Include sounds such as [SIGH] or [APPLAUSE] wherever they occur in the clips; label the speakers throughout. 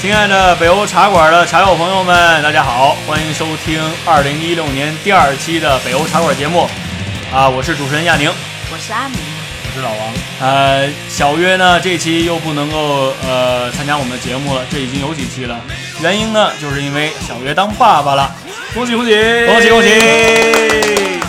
Speaker 1: 亲爱的北欧茶馆的茶友朋友们，大家好，欢迎收听二零一六年第二期的北欧茶馆节目。啊，我是主持人亚宁，
Speaker 2: 我是阿明，
Speaker 3: 我是老王。
Speaker 1: 呃，小约呢这期又不能够呃参加我们的节目了，这已经有几期了。原因呢，就是因为小约当爸爸了，
Speaker 3: 恭喜恭喜
Speaker 1: 恭喜恭喜！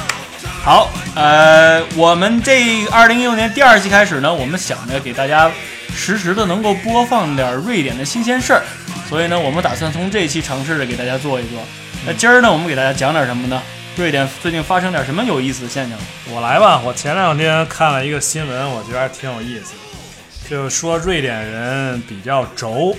Speaker 1: 好，呃，我们这二零一六年第二季开始呢，我们想着给大家实时的能够播放点瑞典的新鲜事儿，所以呢，我们打算从这期尝试着给大家做一做。
Speaker 3: 嗯
Speaker 1: 那今儿呢，我们给大家讲点什么呢？瑞典最近发生点什么有意思的现象？
Speaker 3: 我来吧，我前两天看了一个新闻，我觉得还挺有意思的，就是说瑞典人比较轴，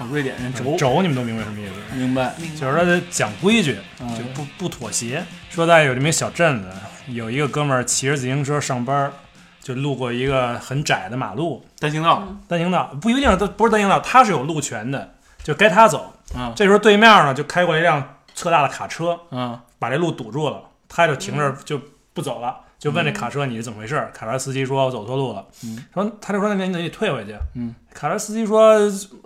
Speaker 1: 哦瑞典人轴嗯
Speaker 3: 轴轴你们都明白什么意思？
Speaker 1: 明白，
Speaker 3: 就是说他讲规矩，
Speaker 1: 嗯
Speaker 3: 就不不妥协。说在有这么一小镇子，有一个哥们儿骑着自行车上班儿，就路过一个很窄的马路，
Speaker 1: 单行道
Speaker 2: 嗯
Speaker 3: 单行道不一定都不是单行道，他是有路权的，就该他走。
Speaker 1: 嗯
Speaker 3: 这时候对面呢就开过一辆特大的卡车，
Speaker 1: 嗯，
Speaker 3: 把这路堵住了，他就停这儿就不走了，就问这卡车你是怎么回事儿？卡车司机说我走错路了，
Speaker 1: 嗯
Speaker 3: 说他就说那你得退回去，
Speaker 1: 嗯，
Speaker 3: 卡车司机说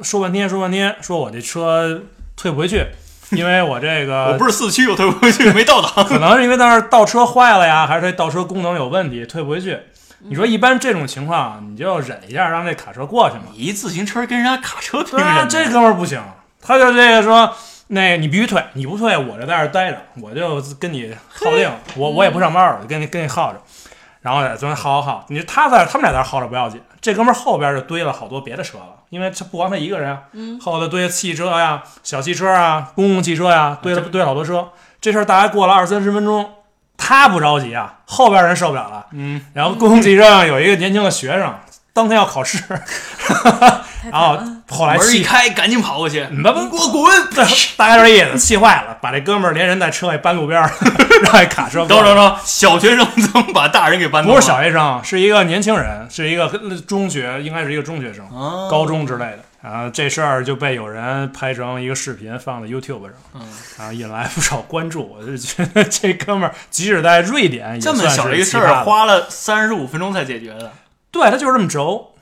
Speaker 3: 说半天说半天，说我这车退不回去，因为我这个
Speaker 1: [LAUGHS] 我不是四驱，我退不回去，没到档。
Speaker 3: 可能是因为当时倒车坏了呀，还是这倒车功能有问题，退不回去。你
Speaker 1: 嗯
Speaker 3: 说一般这种情况，你就忍一下，让这卡车过去嘛。
Speaker 1: [LAUGHS] 你一自行车跟人家卡车拼
Speaker 3: 对
Speaker 1: 什
Speaker 3: 啊，这哥们儿不行，他就这个说，那你必须退，你不退我就在这儿待着，我就跟你耗定，我我也不上班了，我就跟你跟你耗着，然后在昨天耗耗耗，你他在他们俩在这儿耗着不要紧，这哥们儿后边就堆了好多别的车了，因为他不光他一个人啊，
Speaker 2: 嗯
Speaker 3: 后头堆汽车呀、小汽车啊、公共汽车呀，堆了堆了好多车，这事儿大概过了二三十分钟。他不着急啊，后边人受不了了。
Speaker 1: 嗯，
Speaker 3: 然后公共汽车上有一个年轻的学生，当天要考试，
Speaker 1: 哦
Speaker 2: 太惨
Speaker 3: 然后
Speaker 2: 了，
Speaker 3: 后来
Speaker 1: 门
Speaker 3: 气嗯
Speaker 1: 一开，赶紧跑过去，
Speaker 3: 你他妈
Speaker 1: 给我滚！
Speaker 3: 对，大概这意思，气坏了，把这哥们儿连人带车给搬路边
Speaker 1: [LAUGHS]
Speaker 3: 儿，让这卡车过
Speaker 1: 等等等，小学生怎么把大人给搬走？
Speaker 3: 不是小学生，是一个年轻人，是一个中学，应该是一个中学生，
Speaker 1: 啊，
Speaker 3: 高中之类的。然后这事儿就被有人拍成一个视频放在 YouTube 上，
Speaker 1: 嗯
Speaker 3: 然后引来不少关注。我就觉得这哥们儿即使在瑞典也
Speaker 1: 这
Speaker 3: 算
Speaker 1: 么
Speaker 3: 是
Speaker 1: 小的一个事
Speaker 3: 奇葩
Speaker 1: 儿，啊
Speaker 3: 了
Speaker 1: 花了三十五分钟才解决的。
Speaker 3: 对他就是这么轴。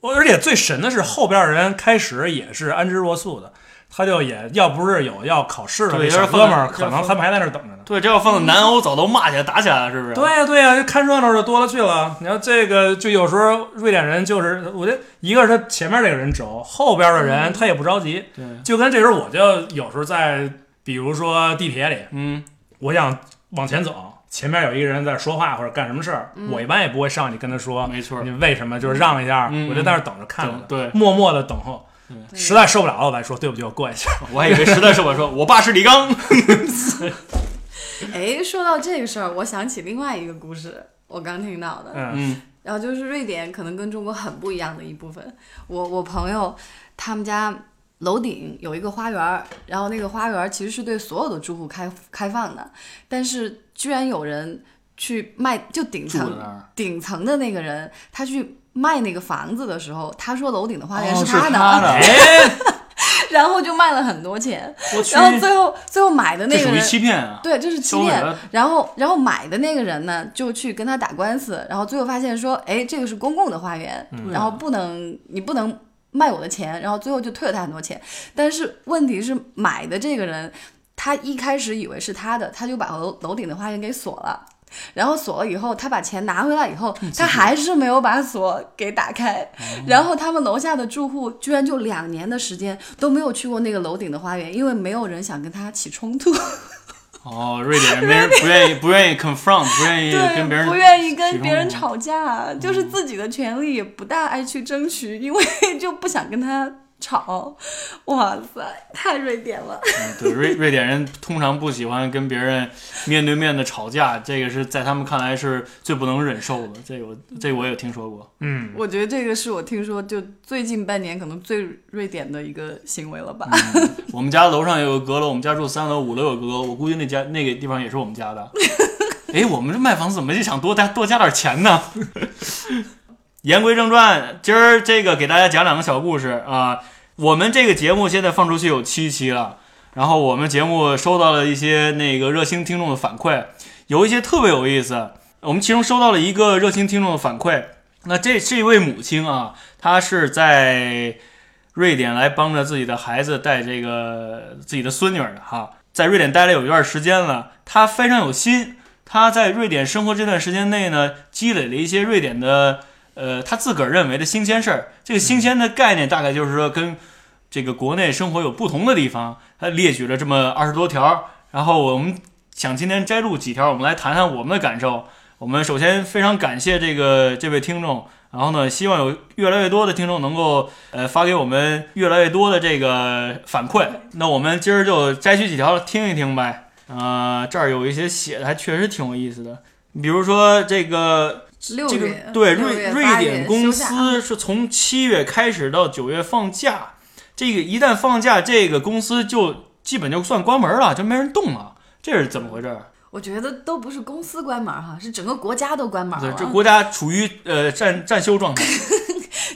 Speaker 3: 我而且最神的是后边儿人开始也是安之若素的，他就也要不是有要考试的
Speaker 1: 对
Speaker 3: 那
Speaker 1: 要
Speaker 3: 小
Speaker 1: 是
Speaker 3: 哥
Speaker 1: 放
Speaker 3: 们儿，
Speaker 1: 在
Speaker 3: 可
Speaker 1: 要
Speaker 3: 能
Speaker 1: 放
Speaker 3: 他们还在那儿等着呢。
Speaker 1: 对，这要放
Speaker 2: 嗯
Speaker 1: 到南欧，早都骂起来、打起来了，是不是？
Speaker 3: 对呀、对呀、啊就看热闹就多了去了。你看这个，就有时候瑞典人就是，我觉得一个是他前面这个人轴，后边的
Speaker 1: 嗯
Speaker 3: 人他也不着急。
Speaker 1: 对，
Speaker 3: 就跟这时候我就有时候在，比如说地铁里，
Speaker 1: 嗯，
Speaker 3: 我想往前走，前面有一个人在那说话或者干什么事儿，
Speaker 2: 嗯
Speaker 3: 我一般也不会上去跟他说
Speaker 1: 没错
Speaker 3: 啊你，为什么，就是让一下，
Speaker 1: 嗯
Speaker 3: 我就在那儿等着看着他，
Speaker 1: 对，
Speaker 3: 默默的等候。
Speaker 2: 对
Speaker 3: 实在受不了了，我再说对不起，我过一下。
Speaker 1: 我还以为实在是我说，我爸是李刚，
Speaker 2: 哎，说到这个事儿，我想起另外一个故事，我刚听到的，
Speaker 3: 嗯，
Speaker 1: 嗯，
Speaker 2: 然后就是瑞典可能跟中国很不一样的一部分。我我朋友他们家楼顶有一个花园儿，然后那个花园儿其实是对所有的住户开开放的，但是居然有人去卖，就顶
Speaker 1: 住在
Speaker 2: 层
Speaker 1: 那儿，
Speaker 2: 顶层的那个人，他去卖那个房子的时候，他说楼顶的花园
Speaker 1: 哦
Speaker 2: 他的，
Speaker 1: 他的，
Speaker 3: 哎，
Speaker 2: [LAUGHS] 然后就卖了很多钱，
Speaker 3: 我去
Speaker 2: [LAUGHS] 然，后最后最后买的那
Speaker 1: 这
Speaker 2: 个
Speaker 1: 属于
Speaker 2: 人。
Speaker 1: 欺骗啊！
Speaker 2: 对，这是欺
Speaker 1: 收尾
Speaker 2: 骗
Speaker 1: 了。
Speaker 2: 然后，然后买的那个人呢，就去跟他打官司，然后最后发现说，哎，这个是公共的花园，然后不能，你不能卖我的钱，然后最后就退了他很多钱。但是问题是，买的这个人，他一开始以为是他的，他就把楼楼顶的花园给锁了。然后锁了以后，他把钱拿回来以后，他还是没有把锁给打开。然后他们楼下的住户居然就两年的时间都没有去过那个楼顶的花园，因为没有人想跟他起冲突。
Speaker 1: 哦，
Speaker 2: [LAUGHS]
Speaker 1: 瑞典人没人不愿意，不愿意 confront，不愿意跟别人
Speaker 2: 不愿意跟
Speaker 1: 起
Speaker 2: 别人
Speaker 1: 冲
Speaker 2: 吵架，
Speaker 1: 嗯
Speaker 2: 就是自己的权利也不大爱去争取，因为 [LAUGHS] 就不想跟他吵。哇塞，太瑞典了！
Speaker 1: 嗯对，瑞瑞典人通常不喜欢跟别人面对面的吵架，这个是在他们看来是最不能忍受的。这个我这个我也听说过。
Speaker 3: 嗯，
Speaker 2: 我觉得这个是我听说就最近半年可能最瑞典的一个行为了吧。
Speaker 1: 嗯我们家楼上有个阁楼，我们家住三楼，五楼有阁楼，我估计那家那个地方也是我们家的。哎，我们这卖房子怎么就想多加多加点钱呢？言归正传，今儿这个给大家讲两个小故事啊、我们这个节目现在放出去有七期了，然后我们节目收到了一些那个热心听众的反馈，有一些特别有意思。我们其中收到了一个热心听众的反馈，那这这位母亲啊，她是在瑞典来帮着自己的孩子带这个自己的孙女儿的哈，在瑞典待了有一段时间了，他非常有心。他在瑞典生活这段时间内呢，积累了一些瑞典的呃他自个儿认为的新鲜事儿。这个新鲜的概念大概就是说跟这个国内生活有不同的地方。他列举了这么二十多条，然后我们想今天摘录几条，我们来谈谈我们的感受。我们首先非常感谢这个这位听众，然后呢，希望有越来越多的听众能够呃发给我们越来越多的这个反馈。那我们今儿就摘取几条听一听呗。呃，这儿有一些写的还确实挺有意思的，比如说这个
Speaker 2: 六
Speaker 1: 这个
Speaker 2: 月
Speaker 1: 对
Speaker 2: 六
Speaker 1: 瑞
Speaker 2: 月
Speaker 1: 瑞
Speaker 2: 八月
Speaker 1: 典公
Speaker 2: 休假
Speaker 1: 司是从七月开始到九月放假，这个一旦放假，这个公司就基本就算关门了，就没人动了。这是怎么回事儿？
Speaker 2: 我觉得都不是公司关门儿哈，是整个国家都关门儿
Speaker 1: 对，这
Speaker 2: 了。
Speaker 1: 国家处于呃战战休状态，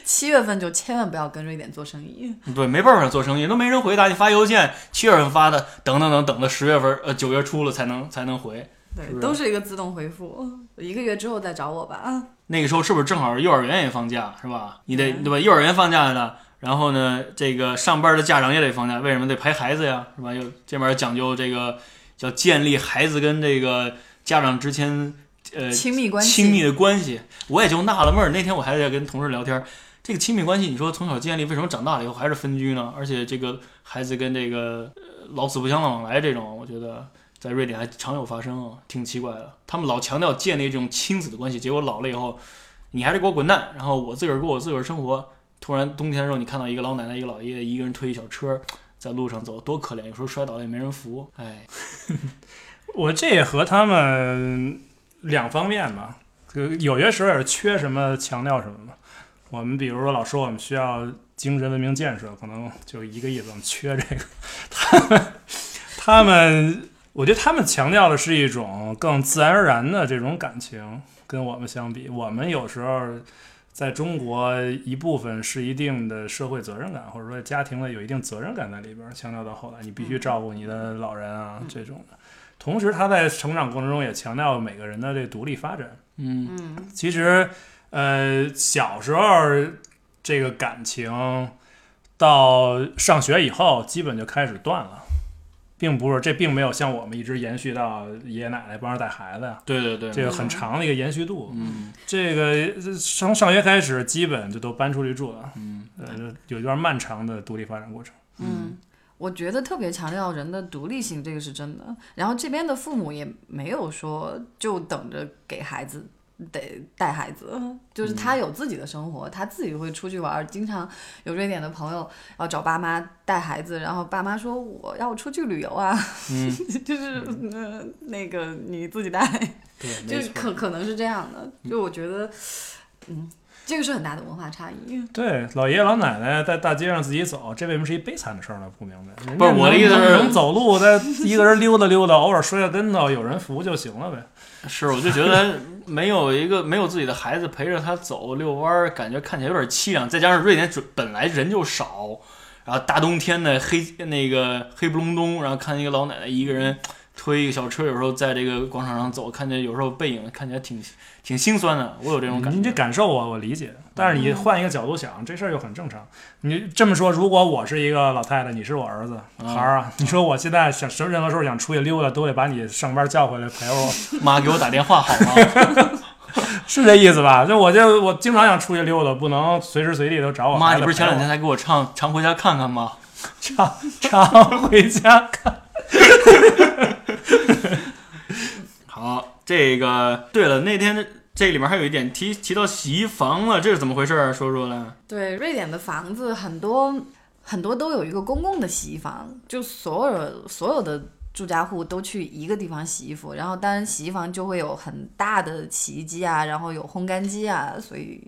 Speaker 2: 七月份就千万不要跟瑞典做生意。
Speaker 1: 对，没办法做生意，都没人回答。你发邮件，七月份发的，等等等等到十月份呃九月初了才能才能回。
Speaker 2: 对，
Speaker 1: 是
Speaker 2: 都是一个自动回复，一个月之后再找我吧啊。
Speaker 1: 那个时候是不是正好幼儿园也放假是吧？你得
Speaker 2: 嗯
Speaker 1: 对吧？幼儿园放假的，然后呢，这个上班的家长也得放假，为什么得陪孩子呀？是吧？又这边讲究这个叫建立孩子跟这个家长之间呃
Speaker 2: 亲密关系，
Speaker 1: 亲密的关系，我也就纳了闷儿。那天我还在跟同事聊天儿，这个亲密关系，你说从小建立，为什么长大了以后还是分居呢？而且这个孩子跟这个呃老死不相往来这种，我觉得在瑞典还常有发生啊，挺奇怪的。他们老强调建立这种亲子的关系，结果老了以后，你还是给我滚蛋，然后我自个儿过我自个儿生活。突然冬天的时候，你看到一个老奶奶、一个老爷爷一个人推一小车儿在路上走，多可怜！有时候摔倒了也没人扶，哎，
Speaker 3: 我这也和他们两方面吧，呃有些时候也是缺什么强调什么嘛。我们比如说老说我们需要精神文明建设，可能就一个意思，我们缺这个。 [LAUGHS] 他们，他们，我觉得他们强调的是一种更自然而然的这种感情，跟我们相比，我们有时候。在中国，一部分是一定的社会责任感，或者说家庭的有一定责任感在里边儿。强调到后来，你必须照顾你的老人啊，
Speaker 2: 嗯
Speaker 3: 这种的。同时，他在成长过程中也强调每个人的这独立发展。
Speaker 1: 嗯
Speaker 2: 嗯，
Speaker 3: 其实，呃，小时候这个感情到上学以后，基本就开始断了，并不是这并没有像我们一直延续到爷爷奶奶帮着带孩子呀，
Speaker 1: 对对对，
Speaker 3: 这个很长的一个延续度。
Speaker 1: 嗯
Speaker 3: 这个这从上学开始，基本就都搬出去住了，
Speaker 1: 嗯
Speaker 3: 呃，就有一段漫长的独立发展过程。
Speaker 2: 嗯，我觉得特别强调人的独立性，这个是真的。然后这边的父母也没有说就等着给孩子得带孩子，就是
Speaker 1: 嗯
Speaker 2: 他有自己的生活，他自己会出去玩儿。经常有瑞典的朋友要找爸妈带孩子，然后爸妈说我要出去旅游啊，
Speaker 1: 嗯，
Speaker 2: [LAUGHS] 就是、呃、那个你自己带。
Speaker 1: 对，
Speaker 2: 就
Speaker 1: 没
Speaker 2: 是
Speaker 1: 错。
Speaker 2: 可可能是这样的，就我觉得，嗯，这个是很大的文化差异。
Speaker 3: 对，老爷爷老奶奶在大街上自己走，这为什么是一悲惨的事儿呢？不明白。人
Speaker 1: 不是
Speaker 3: 家
Speaker 1: 我的
Speaker 3: 能
Speaker 1: 意思
Speaker 3: 能
Speaker 1: 是
Speaker 3: 能走路，在一个人溜达溜达，偶尔摔个跟头，有人扶就行了呗。
Speaker 1: 是，我就觉得没有一个没有自己的孩子陪着他走遛弯儿，感觉看起来有点凄凉。再加上瑞典准本来人就少，然后大冬天的黑那个黑不隆冬，然后看一个老奶奶一个人推一个小车，有时候在这个广场上走，看见有时候背影看起来挺挺心酸的。我 [LAUGHS] 有这种感觉。嗯
Speaker 3: 嗯你这感受我我理解，但是你换一个角度想，这事儿又很正常。你这么说，如果我是一个老太太，你是我儿子，
Speaker 1: 嗯
Speaker 3: 孩儿啊，你说我现在想什么任何时候想出去溜达，都得把你上班叫回来陪我，
Speaker 1: [LAUGHS] 妈给我打电话好
Speaker 3: [LAUGHS]
Speaker 1: 吗？
Speaker 3: 是这意思吧？就我就我经常想出去溜达，不能随时随地都找我
Speaker 1: 妈，
Speaker 3: 孩
Speaker 1: 你
Speaker 3: 子陪我。
Speaker 1: 不是前两天才给我唱《常回家看看》吗？
Speaker 3: 常常回家看？
Speaker 1: 好，这个对了，那天这里面还有一点提提到洗衣房了，这是怎么回事儿？啊说说来。
Speaker 2: 对，瑞典的房子很多很多都有一个公共的洗衣房，就所有所有的住家户都去一个地方洗衣服，然后当然洗衣房就会有很大的洗衣机啊，然后有烘干机啊，所以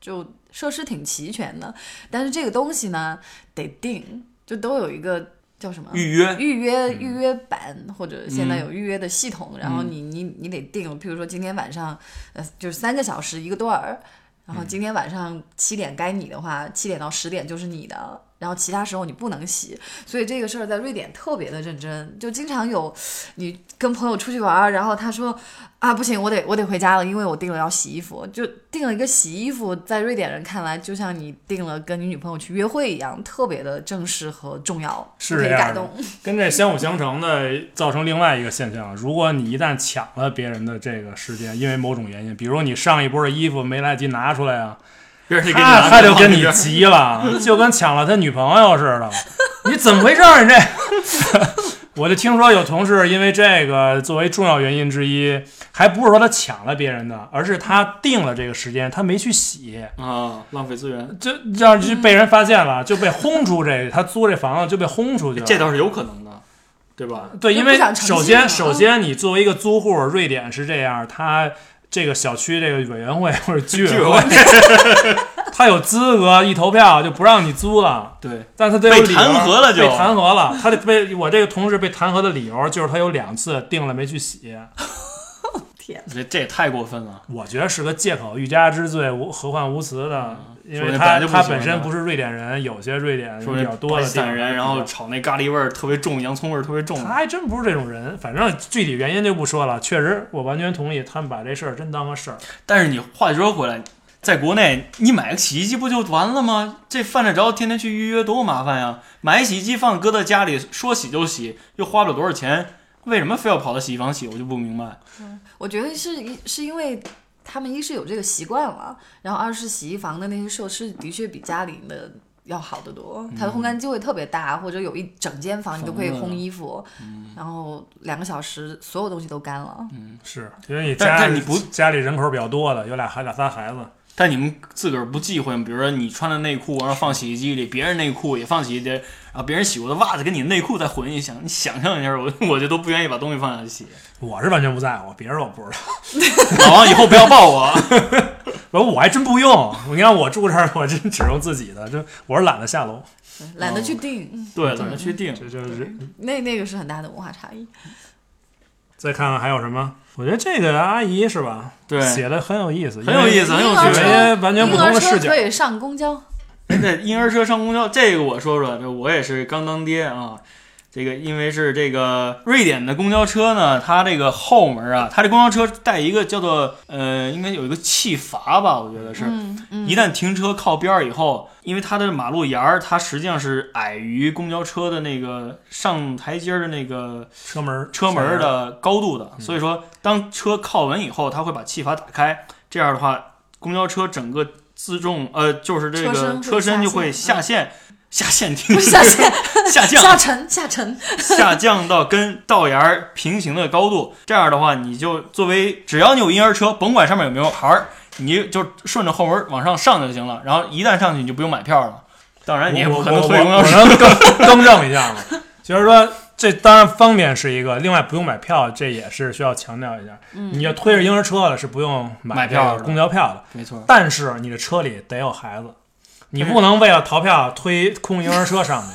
Speaker 2: 就设施挺齐全的。但是这个东西呢，得定，就都有一个叫什么
Speaker 1: 预约，
Speaker 2: 预
Speaker 3: 嗯
Speaker 2: 约预约版，或者现在有预约的系统，然后
Speaker 1: 嗯
Speaker 2: 你你你得定，譬如说今天晚上，呃，就是三个小
Speaker 3: 嗯
Speaker 2: 时一个段儿，然后今天晚上七点该你的话，七点到十点就是你的，然后其他时候你不能洗。所以这个事儿在瑞典特别的认真，就经常有你跟朋友出去玩儿，然后他说啊不行，我得我得回家了，因为我订了要洗衣服，就订了一个洗衣服，在瑞典人看来就像你订了跟你女朋友去约会一样，特别的正式和重要，
Speaker 3: 是
Speaker 2: 不可以
Speaker 3: 这样
Speaker 2: 改
Speaker 3: 的
Speaker 2: 动。
Speaker 3: 跟这相辅相成的，造成另外一个现象。如果你一旦抢了别人的这个时间，因为某种原因，比如你上一波的衣服没来得及拿出来啊，
Speaker 1: 别人得给你
Speaker 3: 他
Speaker 1: 拿
Speaker 3: 他就跟
Speaker 1: 这
Speaker 3: 你
Speaker 1: 边
Speaker 3: 急了， [LAUGHS] 就跟抢了他女朋友似的。你怎么回事儿？你这， [LAUGHS] 我就听说有同事因为这个作为重要原因之一，还不是说他抢了别人的，而是他定了这个时间，他没去洗，
Speaker 1: 啊，浪费资源，
Speaker 3: 就这样就被人发现了，就被轰出这他租这房子就被轰出去了。
Speaker 1: 这倒是有可能的，对吧？
Speaker 3: 对，
Speaker 2: 就
Speaker 3: 因
Speaker 2: 不
Speaker 3: 为
Speaker 2: 想诚
Speaker 3: 首
Speaker 2: 信
Speaker 3: 先
Speaker 2: 嘛
Speaker 3: 首
Speaker 2: 嗯
Speaker 3: 先你作为一个租户，瑞典是这样，他这个小区这个委员会 [LAUGHS] 或者居委会， [LAUGHS] 他有资格一投票就不让你租了。
Speaker 1: 对，
Speaker 3: 但他得有
Speaker 1: 被
Speaker 3: 理由
Speaker 1: 弹劾了就
Speaker 3: 被弹劾了。他得被我这个同事被弹劾的理由就是他有两次定了没去洗，
Speaker 2: 天，
Speaker 1: 这这也太过分了。
Speaker 3: 我觉得是个借口，欲加之罪，无何患无辞的。因
Speaker 1: 嗯说
Speaker 3: 为
Speaker 1: 那
Speaker 3: 他
Speaker 1: 本来就不
Speaker 3: 他
Speaker 1: 喜欢
Speaker 3: 本身
Speaker 1: 他
Speaker 3: 不是瑞典人，有些瑞典人
Speaker 1: 说
Speaker 3: 比较多的地
Speaker 1: 散
Speaker 3: 方
Speaker 1: 人，然后炒那咖喱味儿特别重，洋葱味儿特别重。
Speaker 3: 他还真不是这种人，反正具体原因就不说了。确实，我完全同意，他们把这事儿真当个事儿。
Speaker 1: 但是你话说回来，在国内你买个洗衣机不就完了吗？这犯得着天天去预约多麻烦呀！买个洗衣机放搁在家里，说洗就洗，又花不了多少钱，为什么非要跑到洗衣房洗？我就不明白。
Speaker 2: 我觉得是一是因为他们一是有这个习惯了，然后二是洗衣房的那些设施的确比家里的要好得多，它的烘干机会特别大，或者有一整间房你都可以
Speaker 1: 房子
Speaker 2: 烘衣服，然后两个小时所有东西都干了。
Speaker 3: 是因为你
Speaker 1: 但
Speaker 3: 家
Speaker 1: 但你不
Speaker 3: 家里人口比较多的，有俩孩俩仨孩子，
Speaker 1: 但你们自个儿不忌讳吗？比如说你穿的内裤，然后放洗衣机里，别人内裤也放洗衣机，然后别人洗过的袜子跟你内裤再混一下，你想象一下，我 [LAUGHS] 我就都不愿意把东西放下去洗。
Speaker 3: 我是完全不在乎，别人我不知道。
Speaker 1: 老王以后不要抱我，
Speaker 3: 我我还真不用，你看我住这儿，我真只用自己的，就我是懒得下楼，
Speaker 2: 懒得去定，嗯
Speaker 1: 对，怎么去定？
Speaker 3: [LAUGHS] 这就是。
Speaker 2: 那那个是很大的文化差异。
Speaker 3: 再看看还有什么？我觉得这个阿姨是吧，
Speaker 1: 对，
Speaker 3: 写的很有意思，
Speaker 1: 很有意思，很有
Speaker 2: 婴儿
Speaker 1: 趣
Speaker 2: 车
Speaker 3: 因为。哦有些完全不
Speaker 2: 婴
Speaker 3: 同
Speaker 2: 儿
Speaker 3: 的
Speaker 2: 车
Speaker 3: 视角
Speaker 2: 可。以上公交，
Speaker 1: 那哎婴儿车上公交，这个我说说，这我也是刚当爹啊。这个因为是这个瑞典的公交车呢，它这个后门啊，它这公交车带一个叫做呃，应该有一个气阀吧，我觉得是。
Speaker 2: 嗯嗯， [LAUGHS]
Speaker 1: 一旦停车靠边儿以后，因为它的马路沿儿，它实际上是矮于公交车的那个上台阶儿的那个
Speaker 3: 车门
Speaker 1: 车门儿的高度的，
Speaker 2: 嗯
Speaker 1: 所以说当车靠稳以后，它会把气阀打开，这样的话，公交车整个自重呃就是这
Speaker 2: 车
Speaker 1: 个
Speaker 2: 身会
Speaker 1: 车身就会
Speaker 2: 下嗯
Speaker 1: 下陷，下陷停 [LAUGHS]
Speaker 2: 下线
Speaker 1: 下
Speaker 2: 下
Speaker 1: 降
Speaker 2: 沉下沉，
Speaker 1: 下降到跟道沿儿平行的高度，这样的话你就作为只要你有婴儿车，甭管上面有没有牌儿，你就顺着后门往上上就行了，然后一旦上去你就不用买票了，当然你也不
Speaker 3: 我我
Speaker 1: 可能
Speaker 3: 我
Speaker 1: 推公交车，
Speaker 3: 我能更更正
Speaker 1: [LAUGHS]
Speaker 3: 一下吗？就是说，这当然方便是一个，另外不用买票，这也是需要强调一下。你要推着婴儿车了，是不用
Speaker 1: 买
Speaker 3: 这
Speaker 1: 票嗯
Speaker 3: 个
Speaker 1: 的
Speaker 3: 公交票的，
Speaker 1: 没错，
Speaker 3: 但是你的车里得有孩子，你不能为了逃票推空婴儿车上去，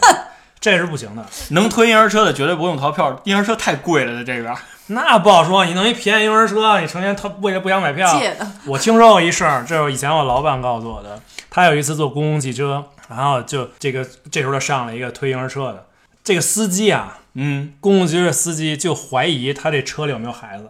Speaker 3: 这是不行的。
Speaker 1: 能推婴儿车的绝对不用逃票，婴儿车太贵了，在这边儿。
Speaker 3: 那不好说，你弄一便宜婴儿车，你成天他为了不想买票，
Speaker 2: 借的
Speaker 3: 我听说过一事儿，这是以前我老板告诉我的。他有一次坐公共汽车，然后就这个这时候就上了一个推婴儿车的，这个司机啊，
Speaker 1: 嗯，
Speaker 3: 公共汽车的司机就怀疑他这车里有没有
Speaker 1: [LAUGHS]
Speaker 3: 孩子，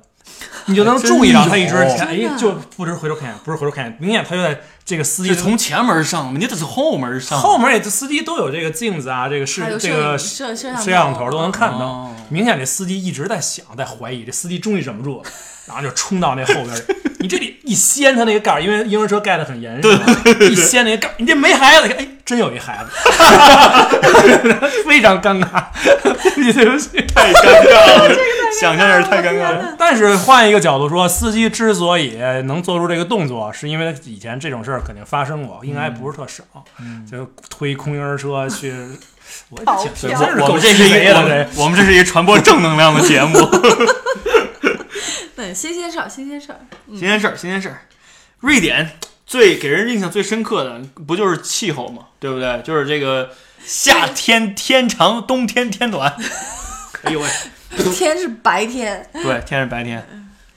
Speaker 3: 你就能
Speaker 1: 还真
Speaker 3: 注意到他一直
Speaker 1: 有
Speaker 3: 哎
Speaker 2: 真的
Speaker 3: 就不是回头看一眼，不是回头看一眼，明显他就在这个司机
Speaker 1: 你从前门上嘛，你得从后门上。
Speaker 3: 后面也司机都有这个镜子啊，这个视
Speaker 2: 还有
Speaker 3: 这
Speaker 2: 摄
Speaker 3: 个
Speaker 2: 影摄摄像
Speaker 3: 摄像头都能看到。
Speaker 1: 哦
Speaker 3: 明显这司机一直在想，在怀疑，这司机终于忍不住了， [LAUGHS] 然后就冲到那后边儿 [LAUGHS] 去。你这里一掀他那个盖儿，因为婴儿车盖得很严实嘛，一掀那个盖儿，你这没孩子，哎，真有一孩子， [LAUGHS] 非常尴尬。 [LAUGHS] 你对不起。
Speaker 1: 太尴 [LAUGHS] 尬了，想象也是太尴尬了。
Speaker 3: 但是换一个角度说，司机之所以能做出这个动作，是因为他以前这种事儿肯定发生过，应该不是特少，就推空婴儿车去。我
Speaker 2: 跑
Speaker 3: 挺
Speaker 2: 票
Speaker 3: 真是
Speaker 1: 我
Speaker 3: 够
Speaker 1: 们这是一
Speaker 3: 鸡贼
Speaker 1: 个
Speaker 3: 的
Speaker 1: 我
Speaker 3: 这
Speaker 1: 们我们这是一个传播正能量的节目。
Speaker 2: 对新鲜事儿新鲜事儿，
Speaker 1: 新鲜事儿，新鲜事儿。瑞典最给人印象最深刻的，不就是气候吗？对不对？就是这个夏天天长，冬
Speaker 2: [LAUGHS]
Speaker 1: 天天短。哎呦喂，
Speaker 2: 天是白天，嗯
Speaker 1: 对，天是白天。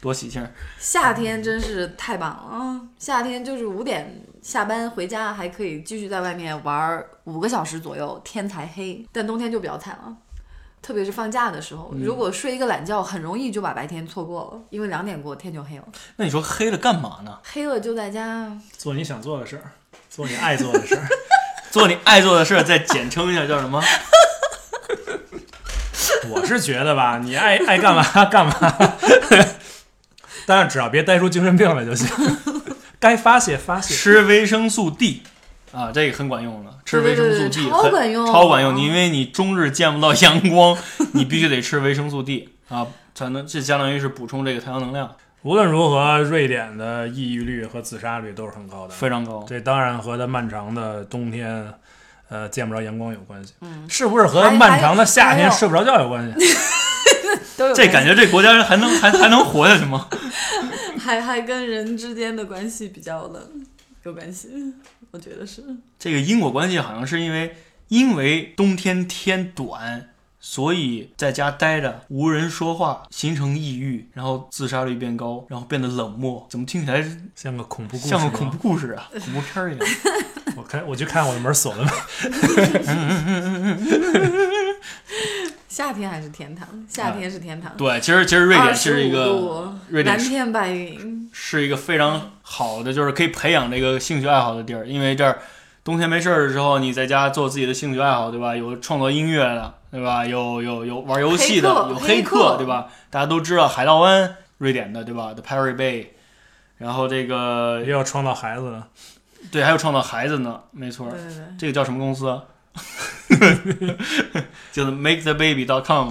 Speaker 1: 多喜庆儿。
Speaker 2: 夏天真是太棒了啊！夏天就是五点下班回家，还可以继续在外面玩五个小时左右，天才黑。但冬天就比较惨了，特别是放假的时候，
Speaker 1: 嗯
Speaker 2: 如果睡一个懒觉，很容易就把白天错过了，因为两点过天就黑了。
Speaker 1: 那你说黑了干嘛呢？
Speaker 2: 黑了就在家，
Speaker 3: 做你想做的事儿，做你爱做的事儿。
Speaker 1: 做你爱做的事儿，再简称一下叫什
Speaker 2: [LAUGHS]
Speaker 1: 么？
Speaker 3: 我是觉得吧，你爱爱干嘛干嘛，但是只要别待出精神病来就行。该发泄发泄，
Speaker 1: 吃维生素 D 啊，这个很管用的，吃维生素 D
Speaker 2: 对对对
Speaker 1: 很
Speaker 2: 超管用嗯
Speaker 1: 超管用。你因为你终日见不到阳
Speaker 2: [LAUGHS]
Speaker 1: 光，你必须得吃维生素 D 啊，才能这相当于是补充这个太阳能量，
Speaker 3: 无论如何，瑞典的抑郁率和自杀率都是很高的。
Speaker 1: 非常高。
Speaker 3: 这当然和它漫长的冬天，呃，见不着阳光有关系。
Speaker 2: 嗯
Speaker 3: 是不是和
Speaker 2: 还
Speaker 3: 漫长的夏
Speaker 2: 还
Speaker 3: 天
Speaker 2: 有
Speaker 3: 睡不着觉有关
Speaker 2: [LAUGHS]
Speaker 3: 系？啊
Speaker 1: [LAUGHS]
Speaker 2: 都有
Speaker 1: 这感觉这国家人还能还还能活下去吗？ [LAUGHS]
Speaker 2: 关系还 [LAUGHS] 还跟人之间的关系比较的有关系，我觉得是。
Speaker 1: 这个因果关系好像是因为因为冬天天短，所以在家待着无人说话，形成抑郁，然后自杀率变高，然后变得冷漠。怎么听起来
Speaker 3: 像个恐怖故事，
Speaker 1: 像个恐怖。故事啊，恐怖片儿一样？
Speaker 3: 我开我去看我的门锁了吗？
Speaker 2: 夏天还是天堂，夏天是天堂。
Speaker 1: 对，其实其实瑞典是一
Speaker 2: 25
Speaker 1: 个
Speaker 2: 度
Speaker 1: 瑞典
Speaker 2: 蓝
Speaker 1: 是
Speaker 2: 天白云，
Speaker 1: 是一个非常好的，就是可以培养这个兴趣爱好的地儿，因为这儿冬天没事儿的时候，你在家做自己的兴趣爱好，对吧？有创作音乐的，对吧？有有有玩游戏的，
Speaker 2: 黑客
Speaker 1: 有
Speaker 2: 黑客
Speaker 1: 客，对吧？大家都知道海盗湾，瑞典的，对吧？The Pirate Bay，然后这个
Speaker 3: 也有创造孩子的，
Speaker 1: 对，还有创造孩子呢，没错
Speaker 2: 对
Speaker 1: 儿，
Speaker 2: 对对。
Speaker 1: 这个叫什么公司啊？就是 make the baby dot com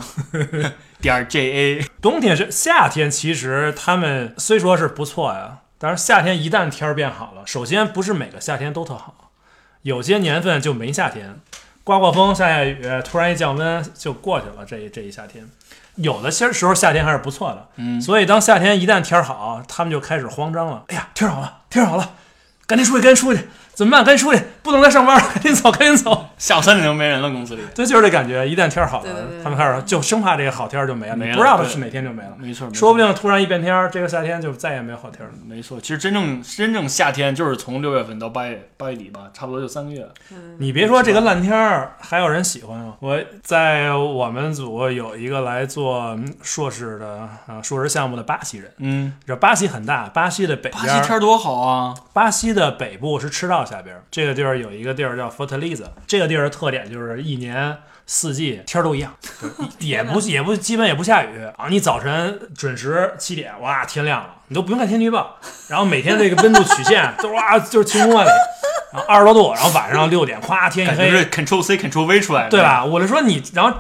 Speaker 1: 点儿 ja，
Speaker 3: 冬天是夏天，其实他们虽说是不错呀，但是夏天一旦天儿变好了，首先不是每个夏天都特好，有些年份就没夏天，刮刮风、下下雨，突然一降温就过去了。这一这一夏天，有的些时候夏天还是不错的，
Speaker 1: 嗯，
Speaker 3: 所以当夏天一旦天儿好，他们就开始慌张了。哎呀，天儿好了，天儿好了，赶紧出去，赶紧出去，怎么办？赶紧出去，不能再上班了， [LAUGHS] 赶紧走，赶紧走。
Speaker 1: 下午三点钟没人了，公司里，
Speaker 3: 对，就是这感觉，一旦天儿好了，
Speaker 2: 对对对
Speaker 3: 他们开始就生怕这个好天儿就没了，
Speaker 1: 没
Speaker 3: 你
Speaker 1: 了
Speaker 3: 不知道
Speaker 1: 对
Speaker 3: 是哪天就没了。
Speaker 1: 没错儿，没错儿
Speaker 3: 说不定突然一变天儿，这个夏天就再也没有好天儿了。
Speaker 1: 没错，其实真正真正夏天就是从六月份到八月八月底吧，差不多就三个月。
Speaker 2: 嗯
Speaker 3: 你别说这个烂天儿，还有人喜欢啊！我在我们组有一个来做嗯硕士的啊、呃硕士项目的巴西人。
Speaker 1: 嗯，
Speaker 3: 这巴西很大，巴西的北
Speaker 1: 巴
Speaker 3: 边
Speaker 1: 西
Speaker 3: 儿，
Speaker 1: 天儿多好啊！
Speaker 3: 巴西的北部是赤道下边儿。这个地儿有一个地儿叫佛特利兹，这个地儿的特点就是一年四季天儿都一样，就是
Speaker 1: [LAUGHS]
Speaker 3: 也不也不基本也不下雨啊。你早晨准时七点，哇，天亮了，你都不用看天气预报，然后每天这个温度曲线都哇就是晴空万里，然后二十多度，然后晚上六点，咵天一
Speaker 1: 感
Speaker 3: 黑
Speaker 1: 觉，是 Control C Control V 出来的，
Speaker 3: 对？吧？我就说你，然后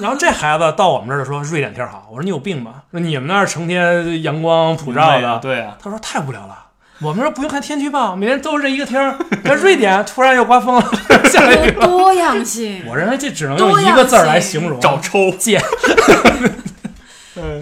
Speaker 3: 然后这孩子到我们这儿就说瑞典天儿好，我说你有病吧？说你们那儿成天阳光普照的，
Speaker 1: 对啊，
Speaker 3: 他说太无聊了。我们这儿不用看天气预报，每天都是这一个天儿。 [LAUGHS] 但瑞典突然又刮
Speaker 1: [LAUGHS]
Speaker 3: 风了，下雨了。
Speaker 2: 多样性，
Speaker 3: 我认为这只能用一个字儿来形容，
Speaker 1: 找抽。
Speaker 3: 贱。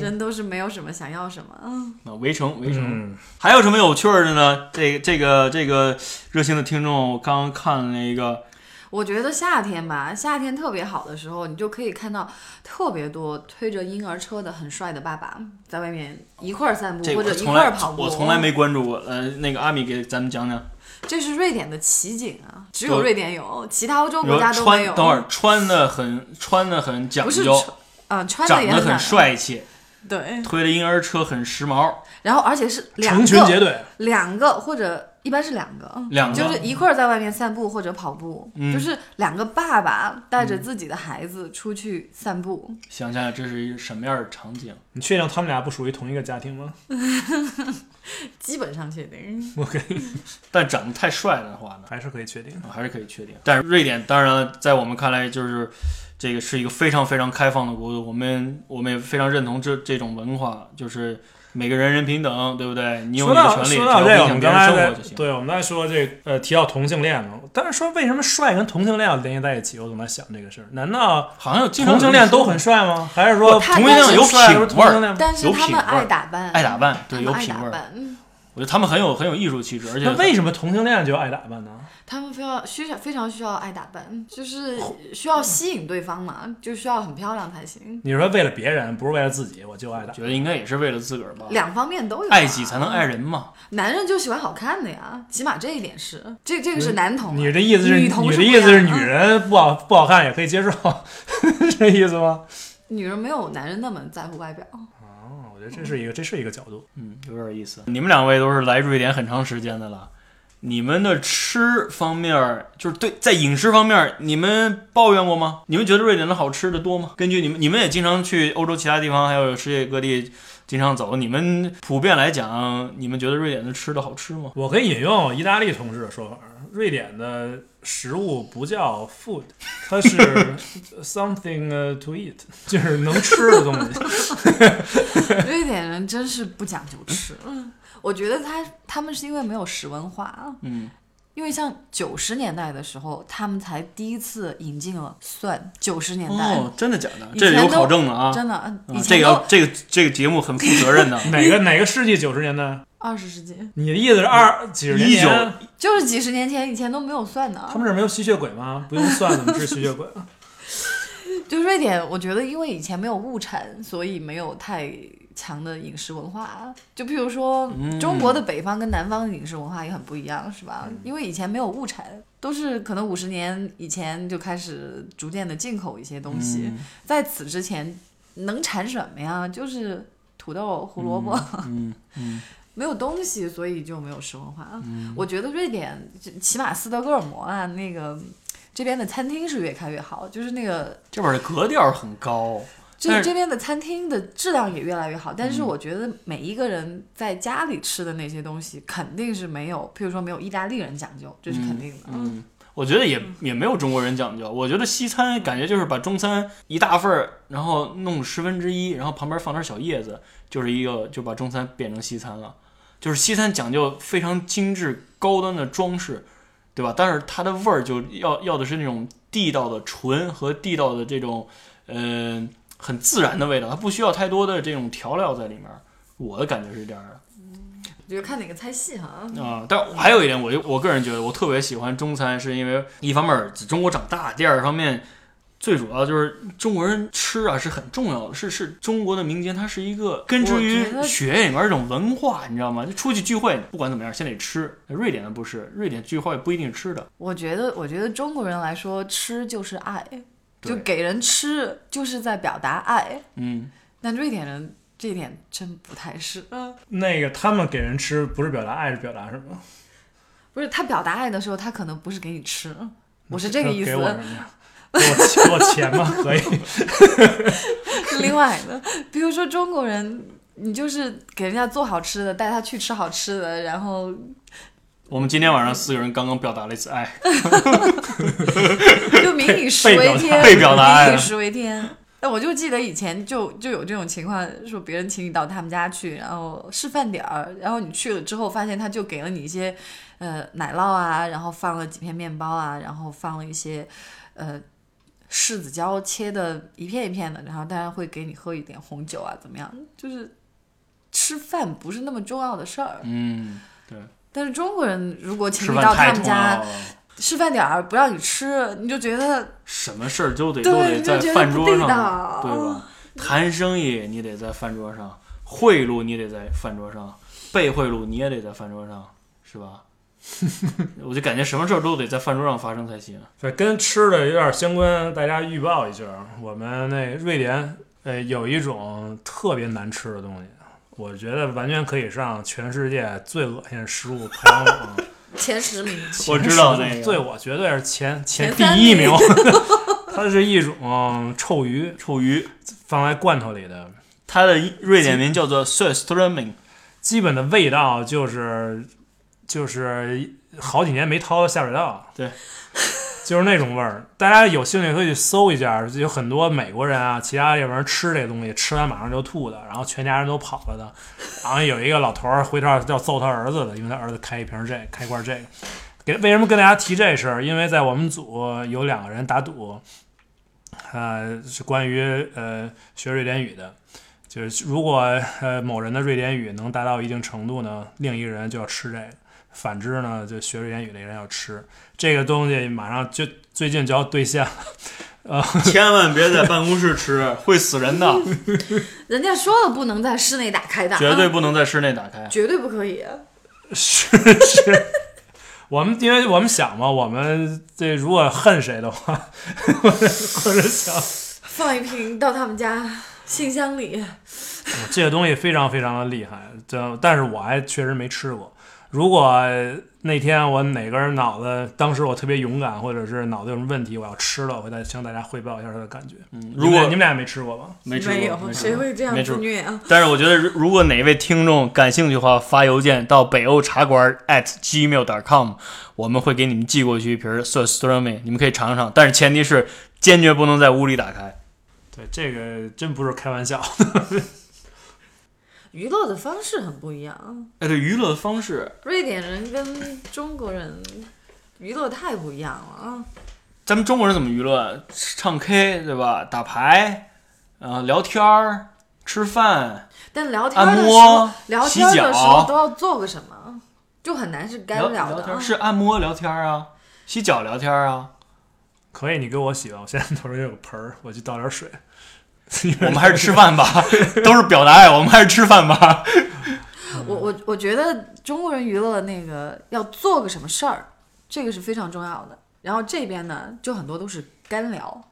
Speaker 2: 人都是没有什么想要什么，嗯，
Speaker 1: 那啊围城，围城，
Speaker 3: 嗯，
Speaker 1: 还有什么有趣儿的呢？这个这个这个热心的听众，我刚刚看了一个，
Speaker 2: 我觉得夏天吧，夏天特别好的时候，你就可以看到特别多推着婴儿车的很帅的爸爸在外面一块儿散步
Speaker 1: 这
Speaker 2: 或
Speaker 1: 个我
Speaker 2: 者一
Speaker 1: 从
Speaker 2: 块
Speaker 1: 来
Speaker 2: 儿跑步。
Speaker 1: 我从来，没关注过。呃，那个阿米给咱们讲讲，
Speaker 2: 这是瑞典的奇景啊，只
Speaker 1: 就
Speaker 2: 有瑞典有，其他欧洲
Speaker 1: 你
Speaker 2: 国
Speaker 1: 说
Speaker 2: 家都没
Speaker 1: 穿
Speaker 2: 有。
Speaker 1: 等会儿穿的很穿的很讲
Speaker 2: 不是
Speaker 1: 究，
Speaker 2: 穿，嗯，穿的
Speaker 1: 长
Speaker 2: 也
Speaker 1: 得
Speaker 2: 很
Speaker 1: 很
Speaker 2: 难，
Speaker 1: 帅气，
Speaker 2: 对，
Speaker 1: 推着婴儿车很时髦，
Speaker 2: 然后而且是两
Speaker 3: 成群结
Speaker 2: 个，
Speaker 3: 队，
Speaker 2: 两个或者一般是两个，嗯
Speaker 1: 两个
Speaker 2: 就是一块儿在外面散步或者跑步，
Speaker 1: 嗯
Speaker 2: 就是两个爸爸带着自己的孩子出去散步。
Speaker 1: 想想这是一什么样的场景？
Speaker 3: 你确定他们俩不属于同一个家庭吗？
Speaker 2: 基本上确定，
Speaker 3: 我跟
Speaker 1: 但长得太帅的话呢，
Speaker 3: 还是可以确定。
Speaker 1: 还是可以确定。但是瑞典当然了在我们看来就是这个是一个非常非常开放的国度，我们我们也非常认同这这种文化，就是每个人人平等，对不对？你有
Speaker 3: 说
Speaker 1: 你的
Speaker 3: 到
Speaker 1: 权利，只
Speaker 3: 说
Speaker 1: 要
Speaker 3: 到
Speaker 1: 不
Speaker 3: 这个，
Speaker 1: 影
Speaker 3: 我
Speaker 1: 响
Speaker 3: 们
Speaker 1: 别
Speaker 3: 刚
Speaker 1: 人
Speaker 3: 才
Speaker 1: 生
Speaker 3: 在
Speaker 1: 活就行。
Speaker 3: 对我们在说这个呃提到同性恋嘛，但是说为什么帅跟同性恋联系在一起？我总在想这个事儿，难道
Speaker 1: 好像有经常
Speaker 3: 同性恋都很帅吗？还是
Speaker 1: 不
Speaker 3: 说
Speaker 1: 同
Speaker 2: 他
Speaker 1: 性恋有
Speaker 3: 帅不是
Speaker 1: 品
Speaker 3: 同
Speaker 1: 味
Speaker 3: 性
Speaker 1: 儿，
Speaker 3: 恋？
Speaker 2: 但是
Speaker 1: 有
Speaker 2: 他
Speaker 1: 品
Speaker 2: 们
Speaker 1: 味儿
Speaker 2: 爱打扮，
Speaker 1: 爱打扮，对，
Speaker 2: 他们
Speaker 1: 有
Speaker 2: 爱
Speaker 1: 品
Speaker 2: 打
Speaker 1: 味儿。
Speaker 2: 扮，
Speaker 1: 我觉得他们很有很有艺术气质，而且
Speaker 3: 那为什么同性恋就爱打扮呢？
Speaker 2: 他们非要需要非常需要爱打扮，就是
Speaker 1: 哦
Speaker 2: 需要吸引对方嘛，就需要很漂亮才行。
Speaker 3: 你说为了别人，不是为了自己，我就爱打
Speaker 1: 我觉得应该也是为了自个儿吧，
Speaker 2: 两方面都
Speaker 1: 哦
Speaker 2: 有、啊，
Speaker 1: 爱己才能爱。人嘛。
Speaker 2: 男人就喜欢好看的呀，起码这一点是，这这个是男同啊、
Speaker 3: 你这意思是
Speaker 2: 女同啊
Speaker 3: 你
Speaker 2: 是
Speaker 3: 的
Speaker 2: 不
Speaker 3: 意思
Speaker 2: 一
Speaker 3: 是
Speaker 2: 样
Speaker 3: 女
Speaker 2: 的
Speaker 3: 人不好不好看也可以接受， [LAUGHS] 这意思吗？
Speaker 2: 女人没有男人那么在乎外表。
Speaker 3: 哦，我觉得这是一个这是一个角度。
Speaker 1: 嗯，有点意思。你们两位都是来瑞典很长时间的了，你们的吃方面儿，就是对在饮食方面儿，你们抱怨过吗？你们觉得瑞典的好吃的多吗？根据你们，你们也经常去欧洲其他地方，还有世界各地经常走，你们普遍来讲，你们觉得瑞典的吃的好吃吗？
Speaker 3: 我可以引用意大利同事的说法，瑞典的食物不叫 food，它 [LAUGHS] 是 something uh, to eat，就是能吃的东 [LAUGHS] 西。
Speaker 2: 瑞典人真是不讲究吃，我觉得他他们是因为没有食文化，啊
Speaker 1: 嗯，
Speaker 2: 因为像九十年代的时候，他们才第一次引进了蒜。九十年代、
Speaker 1: 哦，真的假的？
Speaker 2: 以
Speaker 1: 这
Speaker 2: 前
Speaker 1: 是有
Speaker 2: 都
Speaker 1: 考证的啊。
Speaker 2: 真的，嗯
Speaker 1: 啊
Speaker 2: 以
Speaker 1: 这
Speaker 2: 前
Speaker 1: 个
Speaker 2: 都
Speaker 1: 要这个这个节目很负责任的，
Speaker 3: 哪个哪个世纪九十年代？
Speaker 2: 二十世纪，
Speaker 3: 你的意思是二几十年
Speaker 1: 一九
Speaker 3: 前？
Speaker 2: 就是几十年前以前都没有蒜的啊
Speaker 3: 他。们这儿没有吸血鬼吗？不用算怎么治吸血鬼？ [LAUGHS]
Speaker 2: 就瑞典，我觉得因为以前没有物产，所以没有太强的饮食文化。就譬如说，
Speaker 1: 嗯
Speaker 2: 中国的北方跟南方的饮食文化也很不一样，是吧？因为以前没有物产，都是可能五十年以前就开始逐渐的进口一些东西。
Speaker 1: 嗯
Speaker 2: 在此之前，能产什么呀？就是土豆、胡萝卜。
Speaker 1: 嗯嗯，
Speaker 2: [LAUGHS] 没有东西，所以就没有食文化。我觉得瑞典，就起码斯德哥尔摩啊，那个这边的餐厅是越开越好，就是那个
Speaker 1: [LAUGHS] 这边的格调很高，但
Speaker 2: 这
Speaker 1: 是嗯
Speaker 2: 这边的餐厅的质量也越来越好，但是我觉得每一个人在家里吃的那些东西肯定是没有，譬如说没有意大利人讲究，这是肯定的。
Speaker 1: 嗯，我觉得也也没有中国人讲究。我觉得西餐感觉就是把中餐一大份儿，然后弄十分之一，然后旁边放点小叶子，就是一个就把中餐变成西餐了。就是西餐讲究非常精致高端的装饰，对吧？但是它的味儿就要要的是那种地道的纯和地道的这种，嗯、很自然的味道，它不需要太多的这种调料在里面。我的感觉是这样的。
Speaker 2: 我觉得看哪个菜系哈。
Speaker 1: 啊、但我还有一点，我就我个人觉得，我特别喜欢中餐，是因为一方面儿在中国长大，第二方面最主要就是中国人吃啊是很重要的，是是中国的民间，它是一个根植于
Speaker 2: 我觉得
Speaker 1: 血液里面儿一种文化，你知道吗？就出去聚会，不管怎么样，先得吃。瑞典的不是，瑞典聚会不一定吃的，
Speaker 2: 我觉得，我觉得中国人来说，吃就是爱，
Speaker 1: 对
Speaker 2: 就给人吃就是在表达爱。
Speaker 1: 嗯，
Speaker 2: 但瑞典人这一点真不太是，
Speaker 3: 那个他们给人吃不是表达爱是表达什么？
Speaker 2: 不是他表达爱的时候，他可能不是给你吃，我是这个意思
Speaker 3: 给。我什么呀？给我钱给我钱吗？可以。
Speaker 2: 是另外的。比如说中国人，你就是给人家做好吃的，带他去吃好吃的，然后
Speaker 1: 我们今天晚上四个人刚刚表达了一次爱，
Speaker 2: [LAUGHS] 就民以食为
Speaker 1: [LAUGHS]
Speaker 2: 天，
Speaker 1: 被被表达哎
Speaker 2: 民
Speaker 1: 了
Speaker 2: 以食为天。但我就记得以前就就有这种情况，说别人请你到他们家去，然后是饭点儿，然后你去了之后，发现他就给了你一些，呃，奶酪啊，然后放了几片面包啊，然后放了一些，呃，柿子椒切的一片一片的，然后当然会给你喝一点红酒啊，怎么样？就是吃饭不是那么重要的事儿，
Speaker 1: 嗯，
Speaker 2: 但是中国人如果
Speaker 1: 吃
Speaker 2: 请你到
Speaker 1: 饭太
Speaker 2: 他嗯们
Speaker 1: 重要
Speaker 2: 家
Speaker 1: 了。嗯
Speaker 2: 吃饭点儿不让你吃，你就觉得
Speaker 1: 什么事儿都得
Speaker 2: 对
Speaker 1: 都得在
Speaker 2: 就觉得
Speaker 1: 饭桌
Speaker 2: 不
Speaker 1: 上
Speaker 2: 地道，
Speaker 1: 哦对吧？谈生意你得在饭桌上，贿赂你得在饭桌上，被贿赂你也得在饭桌上，是 [LAUGHS] 吧？我就感觉什么事儿都得在饭桌上发生才行。
Speaker 3: 对，跟吃的有点相关，大家预报一下儿，我们那瑞典，呃，有一种特别难吃的东西，我觉得完全可以上全世界最恶心的食物排行榜。
Speaker 2: [LAUGHS] 前十名。
Speaker 1: [LAUGHS] 我知道那个
Speaker 3: 对，我绝对是前前第
Speaker 2: 前三
Speaker 3: 一名
Speaker 2: 名。
Speaker 1: [LAUGHS]
Speaker 3: 它是一种臭鱼，
Speaker 1: 臭鱼，
Speaker 3: 放在罐头里的，
Speaker 1: 它的瑞典名叫做 s ö s t r ö m i [LAUGHS] n g
Speaker 3: 基本的味道就是就是好几年没掏到下水道，
Speaker 1: 对，
Speaker 3: 就是那种味儿。大家有兴趣可以去搜一下，有很多美国人啊，其他地方吃这东西，吃完马上就吐的，然后全家人都跑了的。然后有一个老头儿回头要揍他儿子的，因为他儿子开一瓶这，开一罐这个。给为什么跟大家提这事儿？因为在我们组有两个人打赌，呃，是关于呃学瑞典语的，就是如果呃某人的瑞典语能达到一定程度呢，另一个人就要吃这个；反之呢，就学瑞典语那个人要吃这个东西，马上就最近就要兑现了。
Speaker 1: 千万别在办公室吃，会死人的，
Speaker 2: 人家说了不能在室内打开的，
Speaker 1: 绝
Speaker 2: 啊
Speaker 1: 对不能在室内打开。
Speaker 2: 绝对不可以。
Speaker 3: 是是，我们因为我们想嘛，我们这如果恨谁的话，或者想
Speaker 2: 放一瓶到他们家信箱里，
Speaker 3: 这个东西非常非常的厉害，这但是我还确实没吃过。如果那天我哪根脑子当时我特别勇敢，或者是脑子有什么问题，我要吃了，我会再向大家汇报一下它的感觉。
Speaker 1: 嗯
Speaker 3: 你们
Speaker 1: 如
Speaker 3: 俩
Speaker 1: 果
Speaker 3: 你们俩没吃过吧？
Speaker 1: [LAUGHS] 没吃过，
Speaker 2: 有
Speaker 1: 没吃过
Speaker 2: 谁会这样
Speaker 1: 没吃
Speaker 2: 自
Speaker 1: 过。
Speaker 2: 虐啊？
Speaker 1: 但是我觉得，如如果哪位听众感兴趣的话，发邮件到北欧茶馆 at gmail.com，我们会给你们寄过去一瓶 s t r o m y 你们可以尝尝。但是前提是坚决不能在屋里打开。
Speaker 3: 对，这个真不是开玩笑。 [LAUGHS]
Speaker 2: 娱乐的方式很不一样，
Speaker 1: 哎，对，娱乐方式，
Speaker 2: 瑞典人跟中国人娱乐太不一样了啊！
Speaker 1: 咱们中国人怎么娱乐？啊唱 K 对吧？打牌，呃，聊天儿，吃饭，
Speaker 2: 但聊天
Speaker 1: 按
Speaker 2: 的时候
Speaker 1: 摩，，
Speaker 2: 聊天的时
Speaker 1: 洗
Speaker 2: 候
Speaker 1: 脚
Speaker 2: 都要做个什么，就很难是干
Speaker 1: 聊
Speaker 2: 不了
Speaker 1: 聊
Speaker 2: 的
Speaker 1: 天
Speaker 2: 啊
Speaker 1: 儿。是按摩聊天儿啊，洗脚聊天儿啊。
Speaker 3: 可以，你给我洗吧，我现在头上有个盆儿，我去倒点水。 [LAUGHS]
Speaker 1: 我们还是吃饭吧， [LAUGHS] 都是表达爱，我们还是吃饭吧。
Speaker 2: 我我我觉得中国人娱乐那个要做个什么事儿，这个是非常重要的。然后这边呢，就很多都是干聊，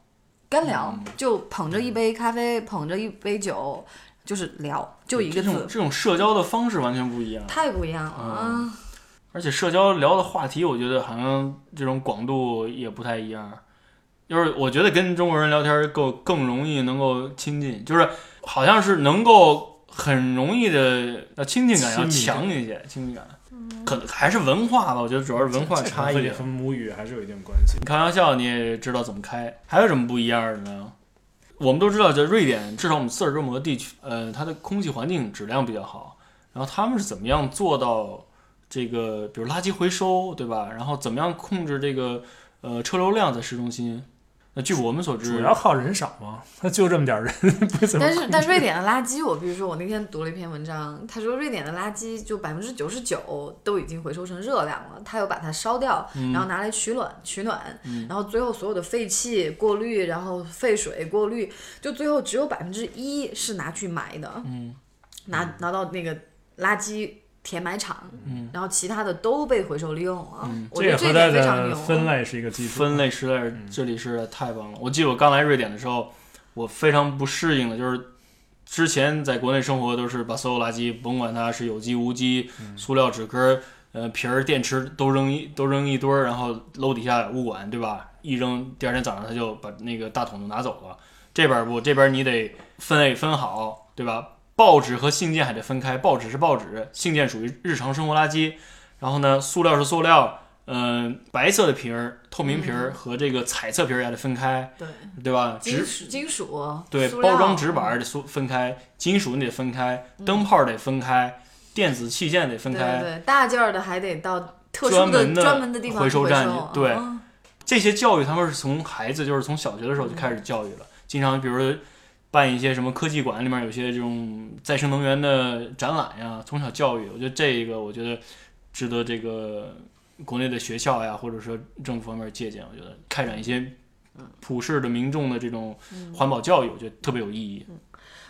Speaker 2: 干聊、
Speaker 1: 嗯
Speaker 2: 就捧着一杯咖啡，捧着一杯酒，就是聊，就一
Speaker 1: 这
Speaker 2: 个
Speaker 1: 种嗯
Speaker 2: 字，
Speaker 1: 这种社交的方式完全不一样。
Speaker 2: 太不一样了啊！
Speaker 1: 而且社交聊的话题，我觉得好像这种广度也不太一样。就是我觉得跟中国人聊天更更容易能够亲近，就是好像是能够很容易的呃亲近感要
Speaker 3: 亲密感
Speaker 1: 强一些，亲密感。可能还是文化吧，我觉得主要是文化差异。啊
Speaker 3: 和母语还是有一定关系。
Speaker 1: 你开玩笑你也知道怎么开，还有什么不一样的呢？我们都知道，这瑞典至少我们斯德哥尔摩地区，呃，它的空气环境质量比较好。然后他们是怎么样做到这个，比如垃圾回收，对吧？然后怎么样控制这个呃车流量在市中心？那据我们所
Speaker 3: 主
Speaker 1: 知
Speaker 3: 要，靠人少嘛，他就这么点儿人，不
Speaker 1: 嗯
Speaker 3: 怎么
Speaker 1: [LAUGHS]
Speaker 2: 但是但瑞典的垃圾，我比如说我那天读了一篇文章，他说瑞典的垃圾就百分之九十九都已经回收成热量了，他又把它烧掉，
Speaker 1: 嗯
Speaker 2: 然后拿来取暖取暖，然后最后所有的废气过滤，然后废水过滤，就最后只有百分之一是拿去埋的，
Speaker 1: 嗯
Speaker 2: 拿拿到那个垃圾。填埋场，
Speaker 1: 嗯
Speaker 2: 然后其他的都被回收利用啊，
Speaker 1: 嗯
Speaker 2: 我觉
Speaker 3: 也
Speaker 2: 得这
Speaker 3: 和
Speaker 2: 一
Speaker 3: 它
Speaker 2: 点非常
Speaker 3: 的
Speaker 2: 牛。啊
Speaker 3: 分类是一个基础。
Speaker 1: 分类实在是这里是太棒了。我记得我刚来瑞典的时候，我非常不适应的就是。之前在国内生活都是把所有垃圾，甭管它是有机无机、塑料纸壳、呃皮儿、电池都扔一都扔一堆儿，然后楼底下物管对吧？一扔，第二天早上他就把那个大桶就拿走了。这边儿不，这边儿你得分类分好，对吧？报纸和信件还得分开，报纸是报纸，信件属于日常生活垃圾。然后呢，塑料是塑料，嗯、白色的瓶儿、透明瓶儿和这个彩色瓶儿也得分开，
Speaker 2: 对，
Speaker 1: 对吧？纸
Speaker 2: 嗯金属、金属、
Speaker 1: 对，
Speaker 2: 塑
Speaker 1: 包装
Speaker 2: 料
Speaker 1: 纸板儿得分分开，金属你得分开，灯泡儿得分开，电子器件得分
Speaker 2: 嗯对
Speaker 1: 开。
Speaker 2: 对，大件儿的还得到特殊
Speaker 1: 专
Speaker 2: 的
Speaker 1: 门的
Speaker 2: 专门的地方
Speaker 1: 回收
Speaker 2: 收
Speaker 1: 站去对
Speaker 2: 嗯
Speaker 1: 这些教育他们是从孩子，就是从小学的时候就开始教育了。经常比如说办一些什么科技馆里面有些这种再生能源的展览呀，从小教育，我觉得这个我觉得值得这个国内的学校呀，或者说政府方面借鉴。我觉得开展一些
Speaker 2: 嗯
Speaker 1: 普世的民众的这种环保教育，我觉得特别有意义。
Speaker 2: 哎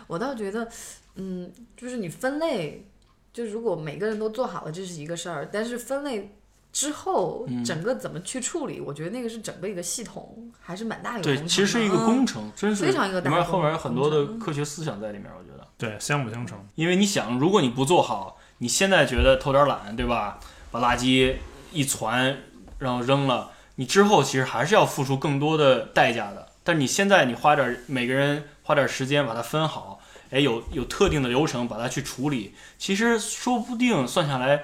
Speaker 2: 我倒觉得，嗯，就是你分类，就如果每个人都做好了，这是一个事儿，但是分类。之后
Speaker 1: 嗯
Speaker 2: 整个怎么去处理？我觉得那个是整个一个系统，还是蛮大一个
Speaker 1: 对，
Speaker 2: 工
Speaker 1: 其实
Speaker 2: 程
Speaker 1: 是
Speaker 2: 的
Speaker 1: 一个
Speaker 2: 嗯
Speaker 1: 工程，真是
Speaker 2: 非常一个
Speaker 1: 里
Speaker 2: 大
Speaker 1: 面
Speaker 2: 的
Speaker 1: 后面有很多的
Speaker 2: 工程
Speaker 1: 科学思想在里面，我觉得。
Speaker 3: 对，相辅相成。
Speaker 1: 因为你想，如果你不做好，你现在觉得偷点懒，对吧？把垃圾一攒，然后扔了，你之后其实还是要付出更多的代价的。但是你现在你花点每个人花点时间把它分好，哎，有有特定的流程把它去处理，其实说不定算下来，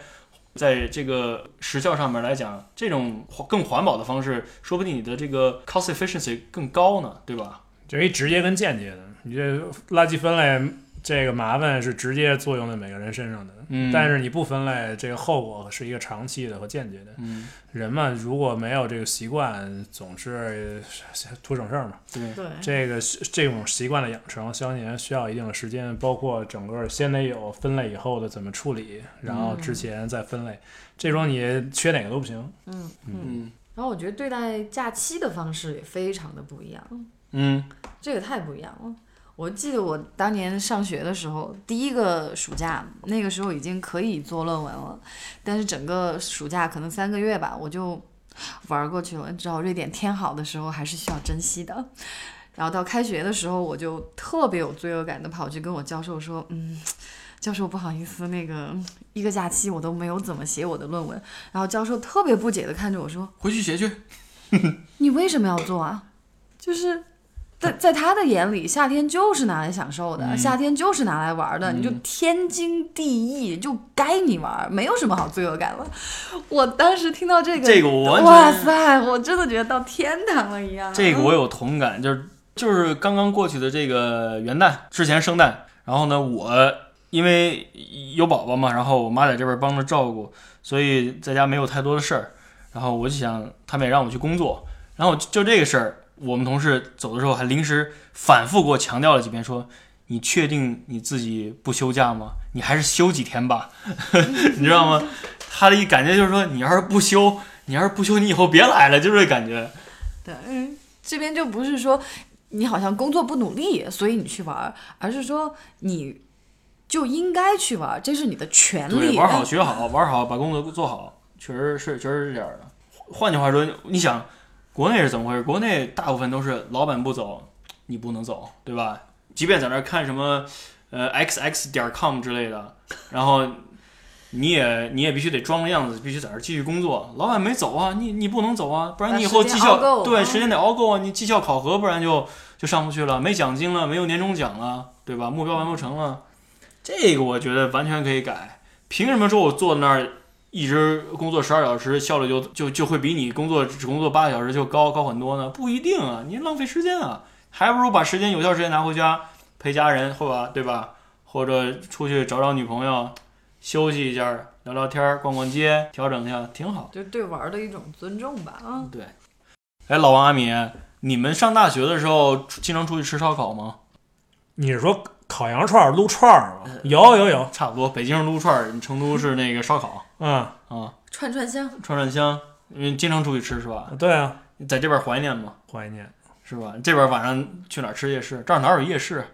Speaker 1: 在这个时效上面来讲，这种环更环保的方式，说不定你的这个 cost efficiency 更高呢，对吧？
Speaker 3: 这一直接跟间接的，你这垃圾分类这个麻烦是直接作用在每个人身上的，
Speaker 1: 嗯
Speaker 3: 但是你不分类，这个后果是一个长期的和间接的。
Speaker 1: 嗯，
Speaker 3: 人嘛，如果没有这个习惯，总是呃图省事儿嘛。
Speaker 1: 对，
Speaker 4: 对，
Speaker 3: 这个这种习惯的养成，相信需要一定的时间，包括整个先得有分类以后的怎么处理，然后
Speaker 1: 嗯
Speaker 3: 之前再分类，这种你缺哪个都不行。
Speaker 4: 嗯。
Speaker 1: 嗯
Speaker 4: 然后我觉得对待假期的方式也非常的不一样，
Speaker 1: 嗯
Speaker 4: 这个太不一样了。我记得我当年上学的时候，第一个暑假，那个时候已经可以做论文了，但是整个暑假可能三个月吧，我就玩过去了。你知道，瑞典天好的时候还是需要珍惜的。然后到开学的时候，我就特别有罪恶感的跑去跟我教授说，嗯。教授不好意思，那个一个假期我都没有怎么写我的论文，然后教授特别不解的看着我说：“
Speaker 1: 回去写去。
Speaker 4: 你为什么要做
Speaker 2: 做啊，就是在在他的眼里，夏天就是拿来享受的，
Speaker 1: 嗯
Speaker 2: 夏天就是拿来玩的，你就天经地义，就该你玩，没有什么好罪恶感了。我当时听到这个，
Speaker 1: 这个我完全
Speaker 2: 哇塞，我真的觉得到天堂了一样。
Speaker 1: 这个我有同感，就是就是刚刚过去的这个元旦之前圣诞，然后呢，我因为有宝宝嘛，然后我妈在这边帮着照顾，所以在家没有太多的事儿。然后我就想，他们也让我去工作，然后就就这个事儿，我们同事走的时候还临时反复给我强调了几遍，说。你确定你自己不休假吗？你还是休几天吧， [LAUGHS] 你知道吗？他的一感觉就是说，你要是不休，你要是不休，你以后别来了，就这感觉。
Speaker 2: 对，嗯，这边就不是说你好像工作不努力，所以你去玩儿，而是说你就应该去玩儿，这是你的权
Speaker 1: 对，
Speaker 2: 利。哎
Speaker 1: 玩好学好，玩好把工作做好，确实是确实是这样的。换句话说，你想国内是怎么回事？国内大部分都是老板不走，你不能走，对吧？即便在那儿看什么呃 xx 点 com 之类的，然后你也你也必须得装个样子，必须在那儿继续工作。老板没走啊，你你不能走啊，不然你以后
Speaker 4: 把时
Speaker 1: 绩
Speaker 4: 间
Speaker 1: 效
Speaker 4: 熬够
Speaker 1: 对
Speaker 4: 啊
Speaker 1: 时间得熬够啊，你绩效考核不然就就上不去了，没奖金了，没有年终奖了，对吧？目标完不成了，这个我觉得完全可以改。凭什么说我坐那儿一直工作十二小时，效率就就就会比你工作只工作八个小时就高高很多呢？不一定啊，你浪费时间啊，还不如把时间有效时间拿回家陪家人，或吧，对吧？或者出去找找女朋友，休息一下，聊聊天儿，逛逛街，调整一下，挺好。
Speaker 4: 就对玩儿的一种尊重吧。
Speaker 2: 嗯
Speaker 4: 啊，
Speaker 1: 对，哎，老王阿敏，你们上大学的时候出经常出去吃烧烤吗？
Speaker 3: 你是说烤羊肉串儿、撸串儿吗？
Speaker 1: 呃
Speaker 3: 有有有，
Speaker 1: 差不多，北京是撸串儿，成都是那个烧烤
Speaker 3: 嗯，
Speaker 1: 啊、
Speaker 4: 串串香，
Speaker 1: 串串香。嗯，经常出去吃是吧？
Speaker 3: 对啊，
Speaker 1: 在这边怀念吗？
Speaker 3: 怀念。
Speaker 1: 是吧？这边晚上去哪儿吃夜市？这儿哪有夜市？啊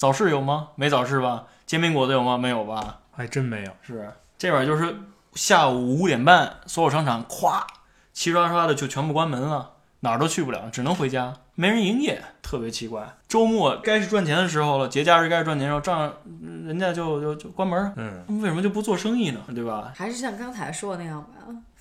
Speaker 1: 早市有吗？没早市吧？煎饼果子有吗？没有吧？
Speaker 3: 还真没有，
Speaker 1: 是这边就是下午五点半，所有商场咵齐刷刷的就全部关门了，哪儿都去不了，只能回家，没人营业，特别奇怪。周末该是赚钱的时候了，节假日该是赚钱的时候，照样人家就就就关门儿，
Speaker 3: 嗯，
Speaker 1: 为什么就不做生意呢？对吧？
Speaker 4: 还是像刚才说的那样吧。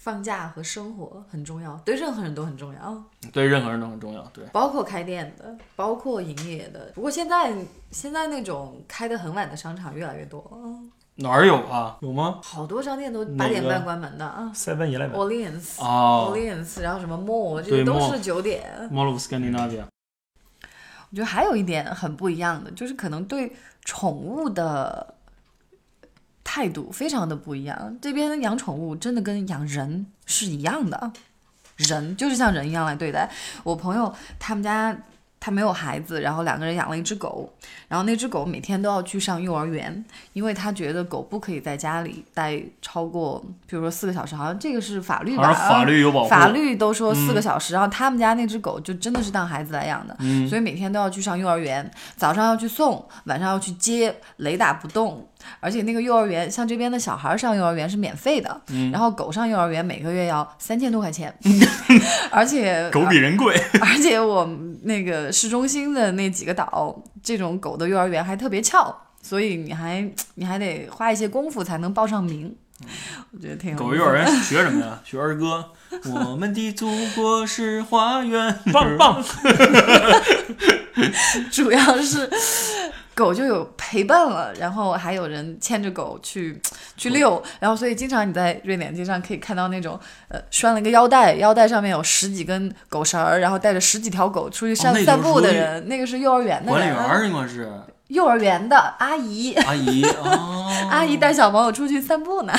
Speaker 4: 放假和生活很重要，对任何人都很重要，
Speaker 1: 对任何人都很重要。对，
Speaker 4: 包括开店的，包括营业的。不过现在现在那种开得很晚的商场越来越多，嗯
Speaker 1: 哪儿有啊？有吗？
Speaker 4: 好多商店都
Speaker 1: 哪
Speaker 4: 八
Speaker 1: 个
Speaker 4: 点半关门的啊。
Speaker 3: seven eleven，
Speaker 4: Orleans、
Speaker 1: 哦
Speaker 4: Orleans，然后什么 mall，这
Speaker 1: 对
Speaker 4: 些都
Speaker 1: mall
Speaker 4: 是九点。
Speaker 1: ，Mall of Scandinavia。
Speaker 2: 我觉得还有一点很不一样的，就是可能对宠物的态度非常的不一样。这边养宠物真的跟养人是一样的，啊人就是像人一样来对待。我朋友他们家他没有孩子，然后两个人养了一只狗，然后那只狗每天都要去上幼儿园，因为他觉得狗不可以在家里待超过，比如说四个小时，好像这个是法律
Speaker 1: 好
Speaker 2: 吧？
Speaker 1: 像法律有保护，嗯
Speaker 2: 法律都说四个小时，然后他们家那只狗就真的是当孩子来养的，
Speaker 1: 嗯
Speaker 2: 所以每天都要去上幼儿园，早上要去送，晚上要去接，雷打不动。而且那个幼儿园，像这边的小孩上幼儿园是免费的，
Speaker 1: 嗯
Speaker 2: 然后狗上幼儿园每个月要三千多
Speaker 1: [LAUGHS]
Speaker 2: 块钱，而且
Speaker 1: 狗比人贵。
Speaker 2: 而且我们那个市中心的那几个岛，这种狗的幼儿园还特别翘，所以你还你还得花一些功夫才能报上名。我觉得挺有
Speaker 1: 嗯狗
Speaker 2: 意
Speaker 1: 幼
Speaker 2: 思
Speaker 1: 儿园学什么呀？学儿歌。我们的祖国是花园。
Speaker 3: 棒棒。
Speaker 2: 主要是狗就有陪伴了，然后还有人牵着狗去去遛，然后所以经常你在瑞典街上可以看到那种呃拴了一个腰带，腰带上面有十几根狗绳儿，然后带着十几条狗出去散、
Speaker 1: 哦那种
Speaker 2: 散步的
Speaker 1: 属于
Speaker 2: [LAUGHS] 人，那个是幼儿园的
Speaker 1: 管理
Speaker 2: 人
Speaker 1: 员
Speaker 2: 啊。
Speaker 1: 儿应该是
Speaker 2: 幼儿园的阿姨，
Speaker 1: 阿姨哦，
Speaker 2: 阿姨带小朋友出去散步呢。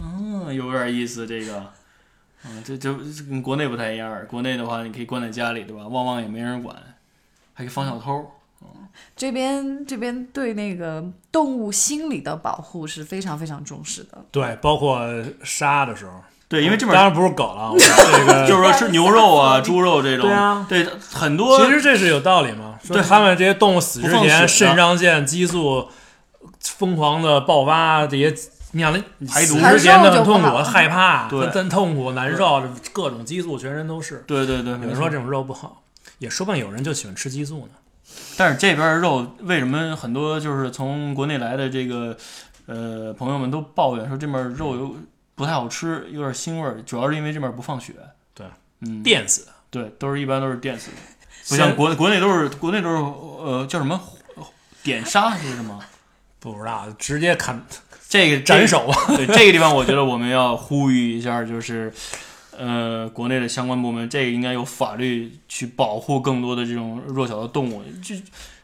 Speaker 1: 嗯，有点意思这个。嗯，这这这跟国内不太一样。国内的话，你可以关在家里，对吧？旺旺也没人管，还可以防小偷。
Speaker 2: 这边这边对那个动物心理的保护是非常非常重视的。
Speaker 3: 对，包括杀的时候，
Speaker 1: 对，因为这
Speaker 3: 当
Speaker 1: 边
Speaker 3: 然不是狗了，我这
Speaker 1: [LAUGHS]
Speaker 3: 个
Speaker 1: 就是说吃牛肉啊、猪肉这种，
Speaker 3: 对啊
Speaker 1: 对很多
Speaker 3: 其实这是有道理嘛，说
Speaker 1: 对
Speaker 3: 他们这些动物死之
Speaker 1: 不放血的
Speaker 3: 前，肾上腺激素疯狂的爆发，这些你想那
Speaker 1: 排毒
Speaker 3: 死之前的
Speaker 2: 难受就
Speaker 3: 很痛
Speaker 2: 不
Speaker 3: 苦、
Speaker 2: 好
Speaker 3: 害怕、
Speaker 1: 对
Speaker 3: 很痛苦、难受，啊各种激素全身都是。
Speaker 1: 对对对，
Speaker 3: 有
Speaker 1: 没
Speaker 3: 人
Speaker 1: 错
Speaker 3: 说这种肉不好，也说不定有人就喜欢吃激素呢。
Speaker 1: 但是这边儿肉为什么很多就是从国内来的这个呃朋友们都抱怨说这边儿肉有不太好吃，有点腥味儿，主要是因为这边儿不放血。
Speaker 3: 对，
Speaker 1: 嗯，
Speaker 3: 电死，
Speaker 1: 对，都是一般都是电死
Speaker 3: [LAUGHS]
Speaker 1: 的，不
Speaker 3: 先
Speaker 1: 像国国内都是国内都是呃叫什么点杀是什么？
Speaker 3: 不知道直接砍
Speaker 1: 这个
Speaker 3: 斩首啊吧。
Speaker 1: 对这个地方，我觉得我们要呼吁一下，就是，呃，国内的相关部门，这个应该有法律去保护更多的这种弱小的动物。就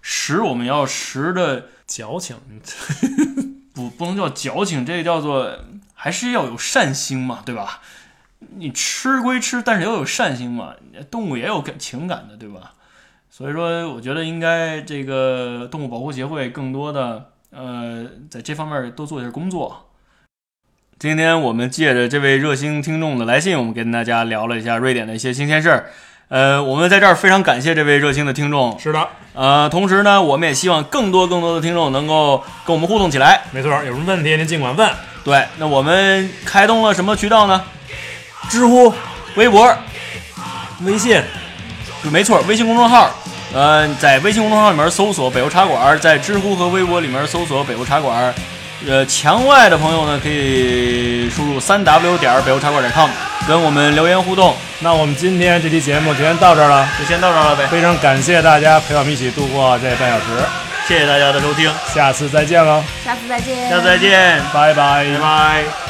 Speaker 1: 食我们要食的
Speaker 3: 矫情，
Speaker 1: 不不能叫矫情，这个叫做还是要有善心嘛，对吧？你吃归吃，但是要有善心嘛，动物也有感情感的，对吧？所以说，我觉得应该这个动物保护协会更多的呃，在这方面多做一些工作。今天我们借着这位热心听众的来信，我们跟大家聊了一下瑞典的一些新鲜事儿。呃，我们在这儿非常感谢这位热心的听众，
Speaker 3: [LAUGHS] 是的，
Speaker 1: 呃，同时呢，我们也希望更多更多的听众能够跟我们互动起来。
Speaker 3: 没错。有什么问题您尽管问。
Speaker 1: 对，那我们开通了什么渠道呢？
Speaker 3: 知乎、
Speaker 1: 微博，
Speaker 3: 微信，
Speaker 1: 没错，微信公众号。呃，在微信公众号里面搜索“北欧茶馆”，在知乎和微博里面搜索“北欧茶馆”。呃，墙外的朋友呢，可以输入三 w 点儿北欧茶馆点 com 跟我们留言互动。
Speaker 3: 那我们今天这期节目就先到这儿了。
Speaker 1: 就先到这儿了呗，
Speaker 3: 非常感谢大家陪我们一起度过这半小时，
Speaker 1: 谢谢大家的收听，
Speaker 3: 下次再见喽，
Speaker 2: 下次再见，
Speaker 1: 下次再见，
Speaker 3: 拜拜
Speaker 1: 拜拜。